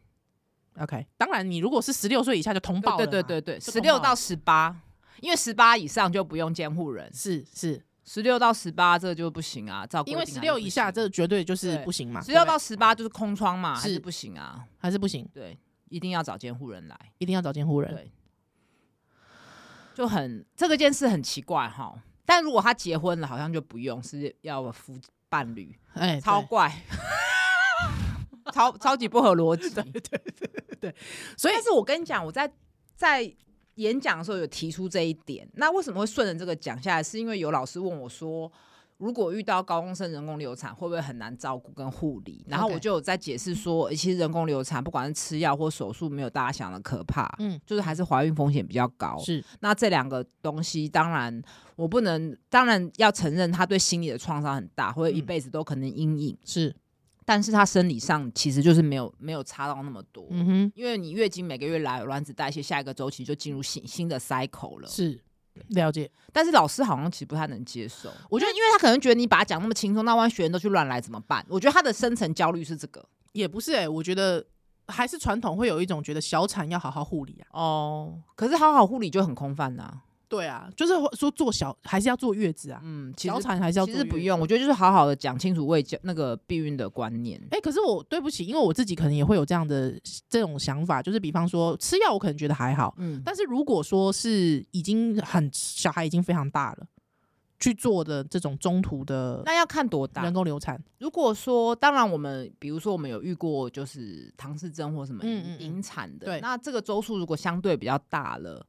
Speaker 1: ，OK，当然你如果是十六岁以下就通报了
Speaker 2: 对
Speaker 1: 嘛，
Speaker 2: 对对对，
Speaker 1: 就
Speaker 2: 十
Speaker 1: 通报
Speaker 2: 六到十八，因为十八以上就不用监护人。
Speaker 1: 是是
Speaker 2: 十六到十八这个就不行啊，照
Speaker 1: 因为十六以下这绝对就是不行嘛，
Speaker 2: 十六
Speaker 1: 对不
Speaker 2: 到十八就是空窗嘛，还
Speaker 1: 是
Speaker 2: 是不行啊，
Speaker 1: 对还是不行，
Speaker 2: 对，一定要找监护人来，
Speaker 1: 一定要找监护人。
Speaker 2: 对，就很这个件事很奇怪哈。但如果他结婚了，好像就不用是要夫伴侣，
Speaker 1: 哎，
Speaker 2: 超
Speaker 1: 对
Speaker 2: 怪，超超级不合逻 辑。对对对所以，但是我跟你讲，我在在演讲的时候有提出这一点。那为什么会顺着这个讲下来？是因为有老师问我说，如果遇到高中生人工流产，会不会很难照顾跟护理？然后
Speaker 1: OK
Speaker 2: 我就有在解释说，其实人工流产不管是吃药或手术，没有大家想的可怕，
Speaker 1: 嗯
Speaker 2: 就是还是怀孕风险比较高。
Speaker 1: 是
Speaker 2: 那这两个东西，当然我不能，当然要承认他对心理的创伤很大，或者一
Speaker 1: 嗯
Speaker 2: 辈子都可能阴影。
Speaker 1: 是，
Speaker 2: 但是他生理上其实就是没有没有差到那么多，
Speaker 1: 嗯哼，
Speaker 2: 因为你月经每个月来，卵子代谢下一个周期就进入新新的 cycle 了。
Speaker 1: 是了解。
Speaker 2: 但是老师好像其实不太能接受，我觉得，因为他可能觉得你把他讲那么轻松，那万一学员都去乱来怎么办？我觉得他的深层焦虑是这个。
Speaker 1: 也不是哎、我觉得还是传统会有一种觉得小产要好好护理啊。
Speaker 2: 哦，可是好好护理就很空泛呐、
Speaker 1: 对啊，就是说做小还是要坐月子啊，
Speaker 2: 嗯，其实
Speaker 1: 小产还是要
Speaker 2: 其
Speaker 1: 坐
Speaker 2: 实
Speaker 1: 月
Speaker 2: 不
Speaker 1: 子。
Speaker 2: 用，我觉得就是好好的讲清楚未教那个避孕的观念。
Speaker 1: 哎、可是我对不起，因为我自己可能也会有这样的这种想法，就是比方说吃药，我可能觉得还好，
Speaker 2: 嗯，
Speaker 1: 但是如果说是已经很小孩已经非常大了，去做的这种中途的
Speaker 2: 那要看多大
Speaker 1: 人工流产，
Speaker 2: 如果说，当然我们比如说我们有遇过就是唐氏症或什么
Speaker 1: 嗯嗯嗯
Speaker 2: 引产的，
Speaker 1: 对
Speaker 2: 那这个周数如果相对比较大了，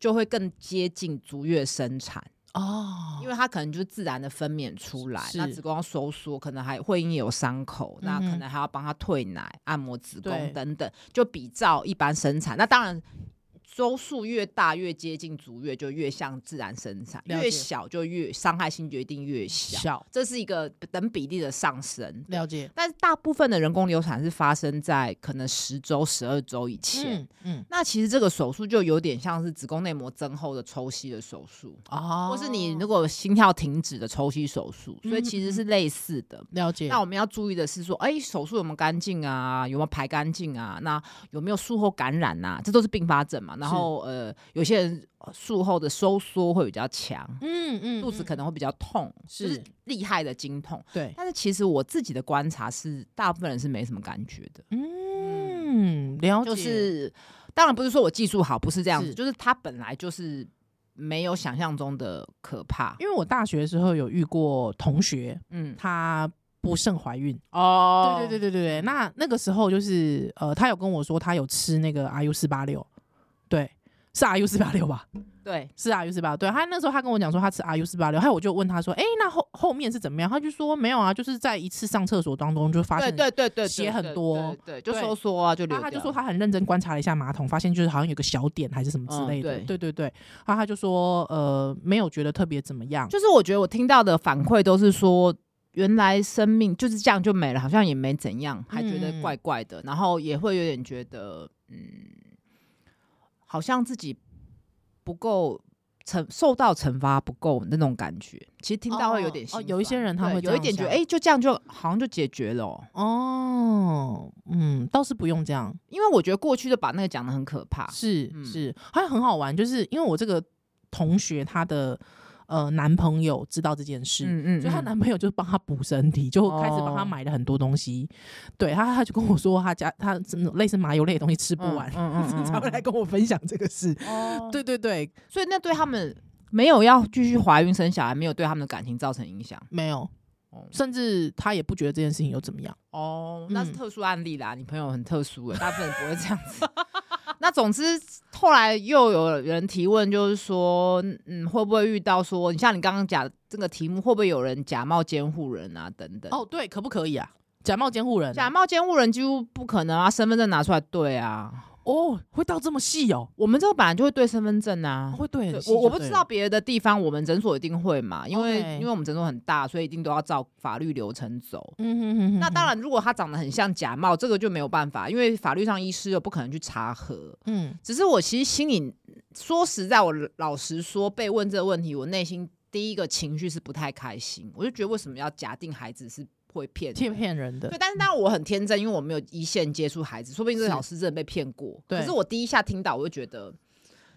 Speaker 2: 就会更接近足月生产，
Speaker 1: 哦
Speaker 2: 因为它可能就自然的分娩出来，
Speaker 1: 是
Speaker 2: 那子宫要收缩，可能还会因有伤口，那
Speaker 1: 嗯哼
Speaker 2: 可能还要帮他退奶、按摩子
Speaker 1: 对
Speaker 2: 宫等等，就比照一般生产。那当然。周数越大，越接近足月，就越像自然生产；
Speaker 1: 了解
Speaker 2: 越小就越伤害性就一定越小。
Speaker 1: 小
Speaker 2: 这是一个等比例的上升。
Speaker 1: 了解，
Speaker 2: 但是大部分的人工流产是发生在可能十周、十二周以前。
Speaker 1: 嗯嗯
Speaker 2: 那其实这个手术就有点像是子宫内膜增厚的抽吸的手术，
Speaker 1: 哦，
Speaker 2: 或是你如果心跳停止的抽吸手术，所以
Speaker 1: 嗯
Speaker 2: 其实是类似的。
Speaker 1: 了解，
Speaker 2: 那我们要注意的是说，哎、手术有没有干净啊？有没有排干净啊？那有没有术后感染呐、这都是并发症嘛。然后呃，有些人呃术后的收缩会比较强，
Speaker 1: 嗯嗯，
Speaker 2: 肚子
Speaker 1: 嗯
Speaker 2: 可能会比较痛，就是是厉害的经痛。
Speaker 1: 对，
Speaker 2: 但是其实我自己的观察是，大部分人是没什么感觉的，
Speaker 1: 嗯，了解，
Speaker 2: 就是当然不是说我技术好，不是这样子，
Speaker 1: 是
Speaker 2: 就是它本来就是没有想象中的可怕。
Speaker 1: 因为我大学的时候有遇过同学，
Speaker 2: 嗯，
Speaker 1: 她不慎怀孕。
Speaker 2: 哦
Speaker 1: 对对对对对对，那那个时候就是呃，她有跟我说她有吃那个 RU 四八六，对，是 RU 四八六吧？
Speaker 2: 对
Speaker 1: 是 RU 四八六。对，她那时候她跟我讲说她吃 RU 四八六，还有我就问她说，哎、那后后面是怎么样？她就说没有啊，就是在一次上厕所当中就发
Speaker 2: 对
Speaker 1: 现。
Speaker 2: 对对对，
Speaker 1: 血
Speaker 2: 对
Speaker 1: 很
Speaker 2: 对
Speaker 1: 多
Speaker 2: 对，对就
Speaker 1: 对
Speaker 2: 收缩啊，就流
Speaker 1: 然
Speaker 2: 掉。
Speaker 1: 后她就说她很认真观察了一下马桶，发现就是好像有个小点还是什么之
Speaker 2: 嗯
Speaker 1: 类的。
Speaker 2: 对
Speaker 1: 对对对，然后她就说呃没有觉得特别怎么样，
Speaker 2: 就是我觉得我听到的反馈都是说。原来生命就是这样就没了，好像也没怎样，还觉得
Speaker 1: 嗯
Speaker 2: 怪怪的，然后也会有点觉得，嗯，好像自己不够惩受到惩罚不够那种感觉。其实听到会有点
Speaker 1: 哦
Speaker 2: 心酸、
Speaker 1: 有一些人他
Speaker 2: 对
Speaker 1: 会这
Speaker 2: 有一
Speaker 1: 样
Speaker 2: 点觉得，
Speaker 1: 想
Speaker 2: 哎、就这样就好像就解决了哦、
Speaker 1: 哦，嗯，倒是不用这样，
Speaker 2: 因为我觉得过去就把那个讲的很可怕，
Speaker 1: 是
Speaker 2: 嗯
Speaker 1: 是，还很好玩，就是因为我这个同学她的呃男朋友知道这件事。
Speaker 2: 嗯
Speaker 1: 所以她男朋友就帮她补身体，就开始帮她
Speaker 2: 哦
Speaker 1: 买了很多东西。对，她她就跟我说，她家她真的类似麻油类的东西吃不完，
Speaker 2: 嗯嗯 嗯
Speaker 1: 才会来跟我分享这个事。
Speaker 2: 哦，对，
Speaker 1: 对对对，
Speaker 2: 所以那对他们没有要继续怀孕生小孩，没有对他们的感情造成影响。
Speaker 1: 没有
Speaker 2: 哦，
Speaker 1: 甚至她也不觉得这件事情有怎么样。
Speaker 2: 哦，那是
Speaker 1: 嗯
Speaker 2: 特殊案例啦，你朋友很特殊欸，大部分人不会这样子。 那总之，后来又有人提问，就是说，嗯，会不会遇到说，你像你刚刚讲的这个题目，会不会有人假冒监护人啊，等等？
Speaker 1: 哦，对，可不可以啊？假冒监护人啊、
Speaker 2: 假冒监护人几乎不可能啊，身份证拿出来对啊，
Speaker 1: 哦，会到这么细哦，
Speaker 2: 我们这个本来就会对身份证啊。
Speaker 1: 会对
Speaker 2: 对
Speaker 1: 很细
Speaker 2: 我
Speaker 1: 就
Speaker 2: 我不
Speaker 1: 对
Speaker 2: 知
Speaker 1: 了
Speaker 2: 道别的地方，我们诊所一定会嘛，因为
Speaker 1: OK
Speaker 2: 因为我们诊所很大，所以一定都要照法律流程走。
Speaker 1: 嗯哼哼哼
Speaker 2: 那当
Speaker 1: 然，
Speaker 2: 然，如果他长得很像假冒，这个就没有办法，因为法律上医师又不可能去查核。
Speaker 1: 嗯，
Speaker 2: 只是我其实心里说实在，我老实说，被问这个问题，我内心第一个情绪是不太开心，我就觉得为什么要假定孩子是会骗人？
Speaker 1: 骗骗人的
Speaker 2: 对，，但是当然我很天真，因为我没有一线接触孩子，说不定这个
Speaker 1: 是
Speaker 2: 老师真的被骗过。
Speaker 1: 对
Speaker 2: 可是我第一下听到，我就觉得，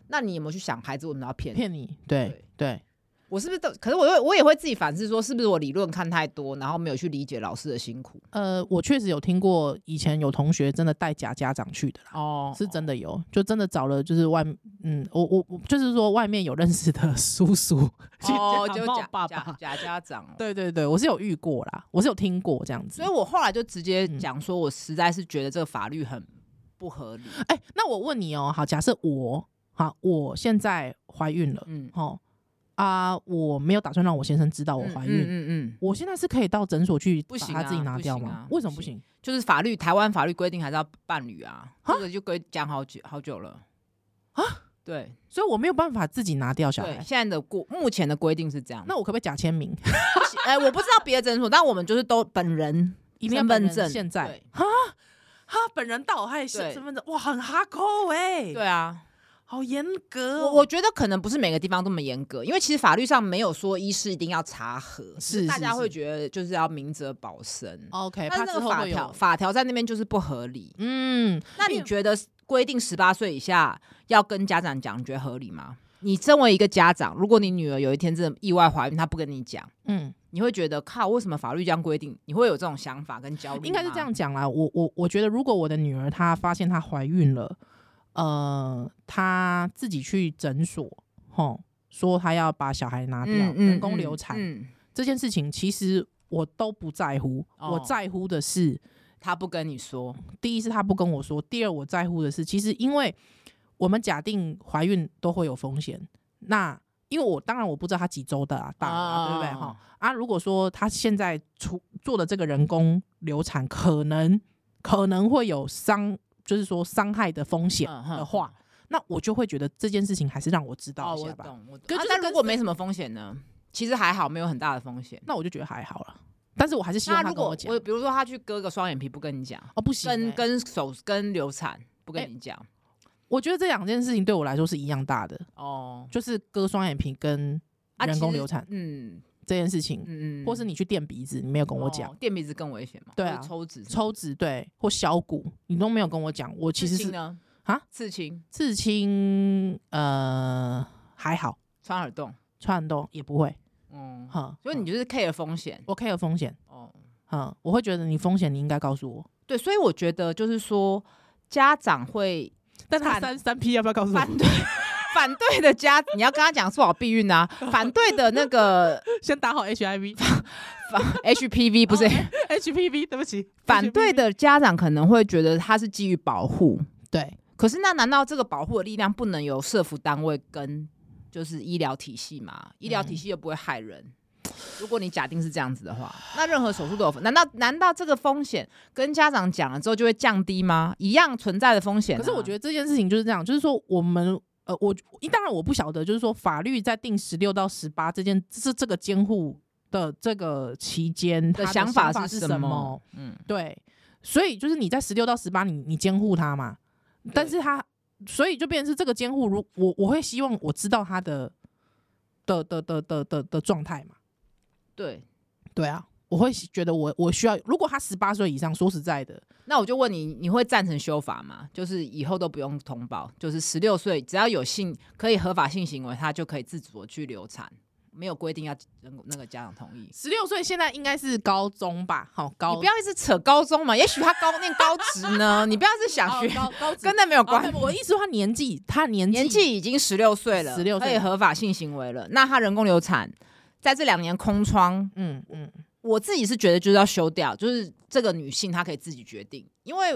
Speaker 2: 那你有没有去想孩子为什么要骗你？
Speaker 1: 骗你，对对，
Speaker 2: 我我是不是都？可是我又我也会自己反思，说是不是我理论看太多，然后没有去理解老师的辛苦。
Speaker 1: 呃，我确实有听过以前有同学真的带假家长去的啦。
Speaker 2: 哦
Speaker 1: 是真的有，就真的找了，就是外，嗯，我我我就是说外面有认识的 叔叔去
Speaker 2: 哦，
Speaker 1: 讲
Speaker 2: 就
Speaker 1: 冒
Speaker 2: 假
Speaker 1: 爸
Speaker 2: 假
Speaker 1: 爸，
Speaker 2: 假家长哦。
Speaker 1: 对对对，我是有遇过啦，我是有听过这样子
Speaker 2: 所以。我后来就直接
Speaker 1: 嗯
Speaker 2: 讲说，我实在是觉得这个法律很不合理。
Speaker 1: 哎、那我问你哦、好，假设我，好，我现在怀孕了，
Speaker 2: 嗯，
Speaker 1: 哦，啊，我没有打算让我先生知道我怀孕，
Speaker 2: 嗯嗯嗯，
Speaker 1: 我现在是可以到诊所去
Speaker 2: 不
Speaker 1: 把
Speaker 2: 行
Speaker 1: 他自己
Speaker 2: 啊
Speaker 1: 拿
Speaker 2: 不
Speaker 1: 掉
Speaker 2: 行
Speaker 1: 吗？
Speaker 2: 啊
Speaker 1: 为
Speaker 2: 不
Speaker 1: 什么不
Speaker 2: 行
Speaker 1: 行？
Speaker 2: 就是法律，台湾法律规定还是要伴侣啊，
Speaker 1: 哈
Speaker 2: 这个就规讲好久好久了啊。对
Speaker 1: 所以我没有办法自己拿掉小
Speaker 2: 对，
Speaker 1: 孩。
Speaker 2: 现在的过目前的规定是这样。
Speaker 1: 那我可不可以假签名？
Speaker 2: 哎，我不知道别的诊所，但我们就是都本人
Speaker 1: 一定要
Speaker 2: 身
Speaker 1: 本
Speaker 2: 份
Speaker 1: 人
Speaker 2: 证
Speaker 1: 现在
Speaker 2: 对
Speaker 1: 哈，本人到还是
Speaker 2: 对
Speaker 1: 身份证，哇，很哈扣哎，
Speaker 2: 对，啊，
Speaker 1: 好严格哦、
Speaker 2: 我我觉得可能不是每个地方这么严格，因为其实法律上没有说医师一定要查核，
Speaker 1: 是
Speaker 2: 只大
Speaker 1: 是
Speaker 2: 家
Speaker 1: 是哦
Speaker 2: 会觉得就是要明哲保身。
Speaker 1: OK，
Speaker 2: 但
Speaker 1: 怕
Speaker 2: 是那
Speaker 1: 之
Speaker 2: 个
Speaker 1: 后
Speaker 2: 法
Speaker 1: 会
Speaker 2: 条
Speaker 1: 有，
Speaker 2: 法条在那边就是不合理。
Speaker 1: 嗯，
Speaker 2: 那你觉得规定十八岁以下要跟家长讲，你觉得合理吗？你身为一个家长，如果你女儿有一天真的意外怀孕，她不跟你讲，
Speaker 1: 嗯，
Speaker 2: 你会觉得靠，为什么法律这样规定？你会有这种想法跟焦虑？
Speaker 1: 应该是这样，讲啦。我我我觉得，如果我的女儿她发现她怀孕了，呃，她自己去诊所，吼，说她要把小孩拿掉，啊人工流产、
Speaker 2: 嗯，
Speaker 1: 这件事情，其实我都不在乎。
Speaker 2: 哦
Speaker 1: 我在乎的是，
Speaker 2: 她不跟你说，
Speaker 1: 第一是她不跟我说，第二我在乎的是，其实因为我们假定怀孕都会有风险，那。因为我当然我不知道她几周的啊，大了啊，对不对哈？
Speaker 2: 哦
Speaker 1: 啊，如果说他现在出做的这个人工流产，可能可能会有伤，就是说伤害的风险
Speaker 2: 嗯哼
Speaker 1: 的话，那我就会觉得这件事情还是让我知道
Speaker 2: 哦，
Speaker 1: 一
Speaker 2: 我
Speaker 1: 下吧。
Speaker 2: 懂，我
Speaker 1: 可
Speaker 2: 懂。
Speaker 1: 就
Speaker 2: 啊
Speaker 1: 是
Speaker 2: 那
Speaker 1: 跟
Speaker 2: 如果没什么风险呢？其实还好，没有很大的风险。
Speaker 1: 那我就觉得还好了，但是我还是希望
Speaker 2: 那
Speaker 1: 他
Speaker 2: 如
Speaker 1: 跟
Speaker 2: 果
Speaker 1: 我讲。
Speaker 2: 比如说他去割个双眼皮不跟你讲，
Speaker 1: 哦，不行、
Speaker 2: 跟
Speaker 1: 欸，
Speaker 2: 跟手跟流产不
Speaker 1: 哎
Speaker 2: 跟你讲，
Speaker 1: 我觉得这两件事情对我来说是一样大的，
Speaker 2: 哦，
Speaker 1: 就是割双眼皮跟
Speaker 2: 啊
Speaker 1: 人
Speaker 2: 其
Speaker 1: 工
Speaker 2: 实
Speaker 1: 流产
Speaker 2: 嗯
Speaker 1: 这件事情，
Speaker 2: 嗯嗯，
Speaker 1: 或是你去垫鼻子，你没有跟我讲、
Speaker 2: 哦，电鼻子更危险嘛？
Speaker 1: 对
Speaker 2: 或是
Speaker 1: 啊
Speaker 2: 抽脂什么
Speaker 1: 抽脂对或削骨，你都没有跟我讲，我其
Speaker 2: 刺
Speaker 1: 实
Speaker 2: 青
Speaker 1: 是
Speaker 2: 呢
Speaker 1: 啊，
Speaker 2: 刺青
Speaker 1: 刺青，呃，还好。
Speaker 2: 穿耳洞，
Speaker 1: 串动也不会，
Speaker 2: 嗯，
Speaker 1: 哈。
Speaker 2: 所以你就是 care 风险
Speaker 1: 我 care 风险，
Speaker 2: 哦，
Speaker 1: 哈，我会觉得你风险你应该告诉我。
Speaker 2: 对，所以我觉得就是说家长会
Speaker 1: 但
Speaker 2: 他
Speaker 1: 三三 P 要不要告诉
Speaker 2: 反对反对的家，你要跟他讲说好避孕啊，反对的那个
Speaker 1: 先打好 HIV
Speaker 2: 反 HPV 不是
Speaker 1: HPV，对不起，
Speaker 2: 反对的家长可能会觉得他是基于保护，
Speaker 1: 对，
Speaker 2: 可是那难道这个保护的力量不能由社服单位跟就是医疗体系吗？医疗
Speaker 1: 嗯
Speaker 2: 体系又不会害人。如果你假定是这样子的话，那任何手术都有风。难道难道这个风险跟家长讲了之后就会降低吗？一样存在的风险啊、
Speaker 1: 可是我觉得这件事情就是这样，就是说我们。呃，我当然我不晓得，就是说法律在定十六到十八这件这这个监护的这个期间，他
Speaker 2: 的
Speaker 1: 的
Speaker 2: 想
Speaker 1: 法
Speaker 2: 法
Speaker 1: 是
Speaker 2: 什
Speaker 1: 什？
Speaker 2: 嗯，
Speaker 1: 对，所以就是你在十六到十八，你你监护他嘛，但是他所以就变成是这个监护，如我我会希望我知道他的的的的的的的状态嘛，
Speaker 2: 对。
Speaker 1: 对啊，我会觉得我我需要，如果他十八岁以上，说实在的，
Speaker 2: 那我就问你，你会赞成修法吗？就是以后都不用通报，就是十六岁只要有性可以合法性行为，他就可以自主的去流产，没有规定要人那个家长同意。
Speaker 1: 十六岁现在应该是高中吧，好高，
Speaker 2: 你不要一直扯高中嘛，也许他高念高职呢，你不要一直想
Speaker 1: 哦
Speaker 2: 学，
Speaker 1: 高高
Speaker 2: 跟那没有关
Speaker 1: 哦对我意思说他年纪，他年纪
Speaker 2: 年纪已经十六岁了，
Speaker 1: 16岁
Speaker 2: 可以合法性行为了。那他人工流产，在这两年空窗，
Speaker 1: 嗯嗯，
Speaker 2: 我自己是觉得就是要休掉，就是这个女性她可以自己决定，因为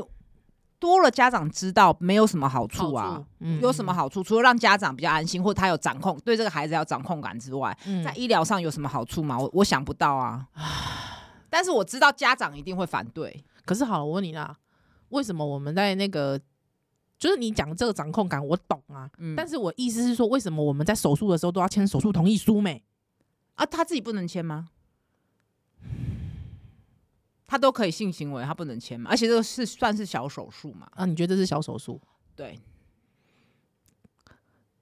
Speaker 2: 多了家长知道没有什么好处啊。
Speaker 1: 好处，嗯
Speaker 2: 有什么？好处？除了让家长比较安心，或他有掌控对这个孩子有掌控感之外，
Speaker 1: 嗯
Speaker 2: 在医疗上有什么好处吗？我我想不到啊。但是我知道家长一定会反对，
Speaker 1: 可是好，我问你啦，为什么我们在那个，就是你讲这个掌控感，我懂啊，
Speaker 2: 嗯，
Speaker 1: 但是我意思是说，为什么我们在手术的时候都要签手术同意书没？
Speaker 2: 啊，他自己不能签吗？他都可以性行为，他不能签嘛？而且这个是算是小手术嘛？
Speaker 1: 啊，你觉得这是小手术？
Speaker 2: 对，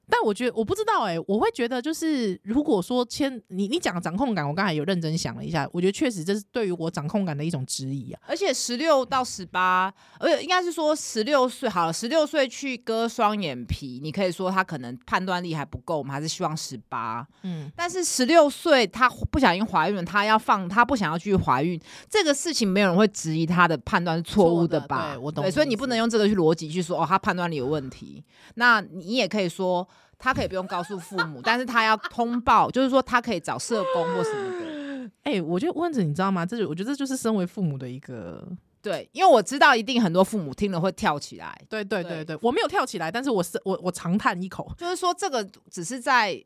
Speaker 1: 但我觉得我不知道哎、我会觉得就是如果说签你你讲的掌控感，我刚才有认真想了一下，我觉得确实这是对于我掌控感的一种质疑啊。
Speaker 2: 而且十六到十八，而且应该是说十六岁好了，十六岁去割双眼皮，你可以说他可能判断力还不够，我们还是希望十八。
Speaker 1: 嗯，
Speaker 2: 但是十六岁她不小心怀孕了，她要放，她不想要继续怀孕，这个事情没有人会质疑她的判断是错误
Speaker 1: 错的
Speaker 2: 吧？
Speaker 1: 对我懂你的
Speaker 2: 所以
Speaker 1: 意
Speaker 2: 你不
Speaker 1: 思
Speaker 2: 能用这个去逻辑去说哦，她判断力有问题。那你也可以说，她可以不用告诉父母，但是她要通报，就是说她可以找社工或什么的。
Speaker 1: 哎、我觉得问子你知道吗？这就我觉得这就是身为父母的一个，
Speaker 2: 对，因为我知道一定很多父母听了会跳起来，
Speaker 1: 对对对
Speaker 2: 对
Speaker 1: 对，我没有跳起来，但是我是我我长叹一口。
Speaker 2: 就是说这个只是在，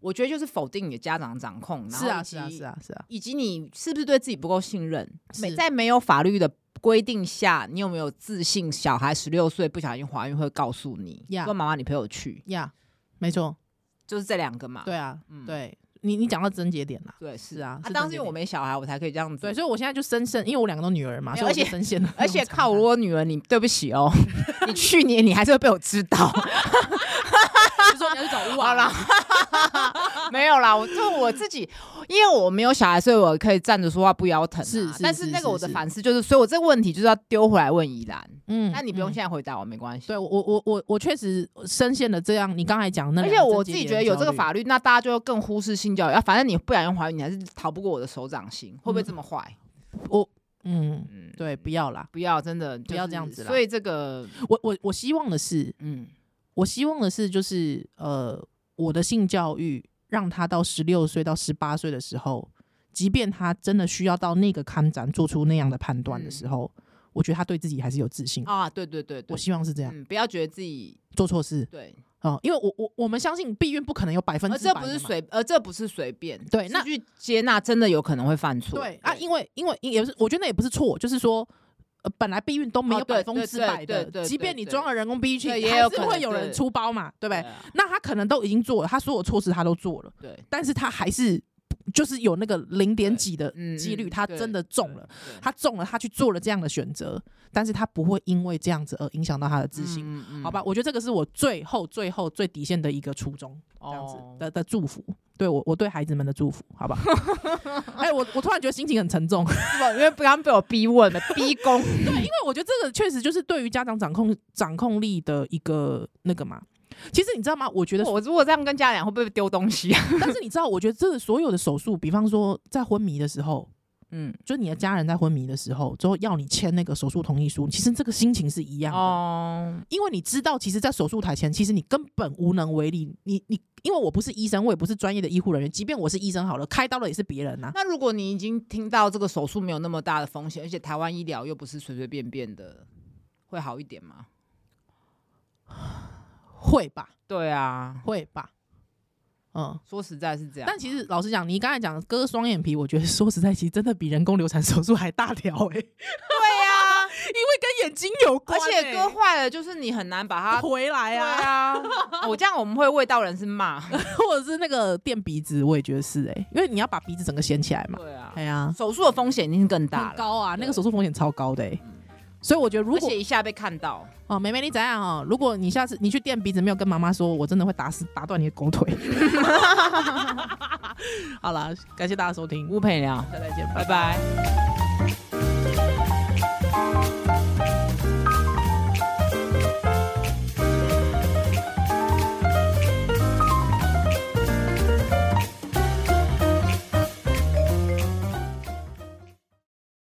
Speaker 2: 我觉得就是否定你的家长掌控，然
Speaker 1: 是
Speaker 2: 后
Speaker 1: 啊
Speaker 2: 以
Speaker 1: 是啊
Speaker 2: 及
Speaker 1: 是啊是啊，
Speaker 2: 以及你是不是对自己不够信任？没
Speaker 1: 是
Speaker 2: 在没有法律的规定下，你有没有自信？小孩十六岁不小心怀孕会告诉你
Speaker 1: Yeah
Speaker 2: 说：“妈妈，你陪我去。
Speaker 1: 呀、没错，”
Speaker 2: 就是这两个嘛。
Speaker 1: 对啊，
Speaker 2: 嗯
Speaker 1: 对你你讲到症结点啦。
Speaker 2: 对
Speaker 1: 是
Speaker 2: 是
Speaker 1: 啊是
Speaker 2: 当
Speaker 1: 这
Speaker 2: 时因为
Speaker 1: 点
Speaker 2: 我没小孩，我才可以这样子。
Speaker 1: 对，所以我现在就深陷，因为我两个都女儿嘛，
Speaker 2: 没
Speaker 1: 所
Speaker 2: 有
Speaker 1: 以我就
Speaker 2: 而且
Speaker 1: 深陷了那
Speaker 2: 而
Speaker 1: 种
Speaker 2: 且
Speaker 1: 长
Speaker 2: 靠
Speaker 1: 叹
Speaker 2: 我女儿，你对不 起哦，你去年你还是会被我知道。
Speaker 1: 就说你要去找乌啊
Speaker 2: 好啦， 没有啦，我就我自己，因为我没有小孩，所以我可以站着说话不腰疼啊、
Speaker 1: 是是
Speaker 2: 但
Speaker 1: 是
Speaker 2: 是那
Speaker 1: 是
Speaker 2: 个我的
Speaker 1: 是
Speaker 2: 反思就是，所以我这个问题就是要丢回来问宜兰。
Speaker 1: 嗯
Speaker 2: 那你不用
Speaker 1: 嗯
Speaker 2: 现在回答我，没关系。
Speaker 1: 对我我我我我确实深陷了这样，你刚才讲的那
Speaker 2: 而
Speaker 1: 两
Speaker 2: 且
Speaker 1: 个
Speaker 2: 我自
Speaker 1: 症
Speaker 2: 己
Speaker 1: 结
Speaker 2: 觉
Speaker 1: 点
Speaker 2: 得有
Speaker 1: 焦
Speaker 2: 这个
Speaker 1: 虑
Speaker 2: 法律，那大家就更忽视性教育。啊，反正你不小心怀孕，你还是逃不过我的手掌心，会不会这么坏？
Speaker 1: 嗯，
Speaker 2: 嗯，
Speaker 1: 对，不要啦。
Speaker 2: 不要，真的、就是
Speaker 1: 不要这样子啦
Speaker 2: 所以这个，
Speaker 1: 我我我希望的是，
Speaker 2: 嗯，
Speaker 1: 我希望的是，就是呃，我的性教育让他到十六岁到十八岁的时候，即便他真的需要到那个看展做出那样的判断的
Speaker 2: 嗯
Speaker 1: 时候，我觉得他对自己还是有自信。
Speaker 2: 啊，对对对对
Speaker 1: 我，希望是啊这样，
Speaker 2: 嗯，不要觉得自己
Speaker 1: 做错事
Speaker 2: 对，
Speaker 1: 哦、因为我我我们相信避孕不可能有百分
Speaker 2: 而
Speaker 1: 之
Speaker 2: 呃这
Speaker 1: 百
Speaker 2: 不
Speaker 1: 的
Speaker 2: 是
Speaker 1: 嘛
Speaker 2: 随，而这不是随便，
Speaker 1: 对
Speaker 2: 是
Speaker 1: 那
Speaker 2: 去接纳真的有可能会犯错，
Speaker 1: 对啊，因为因为也不是，我觉得那也不是错，就是说。呃，本来避孕都没
Speaker 2: 哦
Speaker 1: 有
Speaker 2: 对
Speaker 1: 百分
Speaker 2: 对
Speaker 1: 之
Speaker 2: 对
Speaker 1: 百
Speaker 2: 对
Speaker 1: 的
Speaker 2: 对，对
Speaker 1: 即便你
Speaker 2: 对
Speaker 1: 装了人工避孕器，
Speaker 2: 对也
Speaker 1: 还
Speaker 2: 有
Speaker 1: 是
Speaker 2: 可
Speaker 1: 会
Speaker 2: 能
Speaker 1: 有人
Speaker 2: 对
Speaker 1: 出包嘛，对不
Speaker 2: 对
Speaker 1: 对？
Speaker 2: 啊
Speaker 1: 那他可能都已经做了，他所有措施他都做了，
Speaker 2: 对，
Speaker 1: 但是他还是就是有那个零点
Speaker 2: 对
Speaker 1: 几的
Speaker 2: 嗯
Speaker 1: 几率，
Speaker 2: 嗯
Speaker 1: 他
Speaker 2: 对
Speaker 1: 真的中了，
Speaker 2: 对
Speaker 1: 他中了，他去做了这样的选择，但是他不会因为这样子而影响到他的自信，
Speaker 2: 嗯嗯
Speaker 1: 好吧？我觉得这个是我最后最后最底线的一个初衷，这样子
Speaker 2: 哦
Speaker 1: 的的祝福，对我我对孩子们的祝福，好不 好？哎，我我突然觉得心情很沉 重，
Speaker 2: 是吧因为刚刚被我逼问了， 逼宫，
Speaker 1: 因为我觉得这个确实就是对于家长掌控掌控力的一个那个嘛。其实你知道吗？我觉得，
Speaker 2: 我如果这样跟家长会不会丢东西啊？
Speaker 1: 但是你知道，我觉得这个所有的手术，比方说在昏迷的时候，
Speaker 2: 嗯，
Speaker 1: 就你的家人在昏迷的时候，之后要你签那个手术同意书，其实这个心情是一样的，
Speaker 2: 哦，
Speaker 1: 因为你知道，其实，在手术台前，其实你根本无能为力。你你，因为我不是医生，我也不是专业的医护人员，即便我是医生好了，开刀的也是别人呐、
Speaker 2: 那如果你已经听到这个手术没有那么大的风险，而且台湾医疗又不是随随便便的，会好一点吗？
Speaker 1: 会吧，
Speaker 2: 对啊，
Speaker 1: 会吧，嗯。
Speaker 2: 说实在是这样。
Speaker 1: 但其实老实讲，你刚才讲割双眼皮，我觉得 说实在，其实真的比人工流产手术还大条哎、
Speaker 2: 对呀、啊，
Speaker 1: 跟眼睛有关
Speaker 2: 而
Speaker 1: 欸、
Speaker 2: 且割坏了就是你很难把它。
Speaker 1: 回来
Speaker 2: 对
Speaker 1: 啊，
Speaker 2: 啊， 我这样我们会味道人是骂。
Speaker 1: 或者是那个垫鼻子，我也觉得是哎、因为你要把鼻子整个掀起来嘛。
Speaker 2: 对啊
Speaker 1: 哎，呀、
Speaker 2: 手术的风险一定是更大
Speaker 1: 很
Speaker 2: 了，
Speaker 1: 高啊，那个
Speaker 2: 对嗯
Speaker 1: 手术风险超高的、欸。所以我觉得，如
Speaker 2: 而
Speaker 1: 果
Speaker 2: 且一下被看到，
Speaker 1: 哦，妹妹你怎样哦？如果你下次你去垫鼻子没有跟妈妈说，我真的会打死打断你的狗腿。 好啦，感谢大家收听，
Speaker 2: 吴佩良，
Speaker 1: 下次再见，拜
Speaker 2: 拜
Speaker 1: 拜。
Speaker 2: 拜。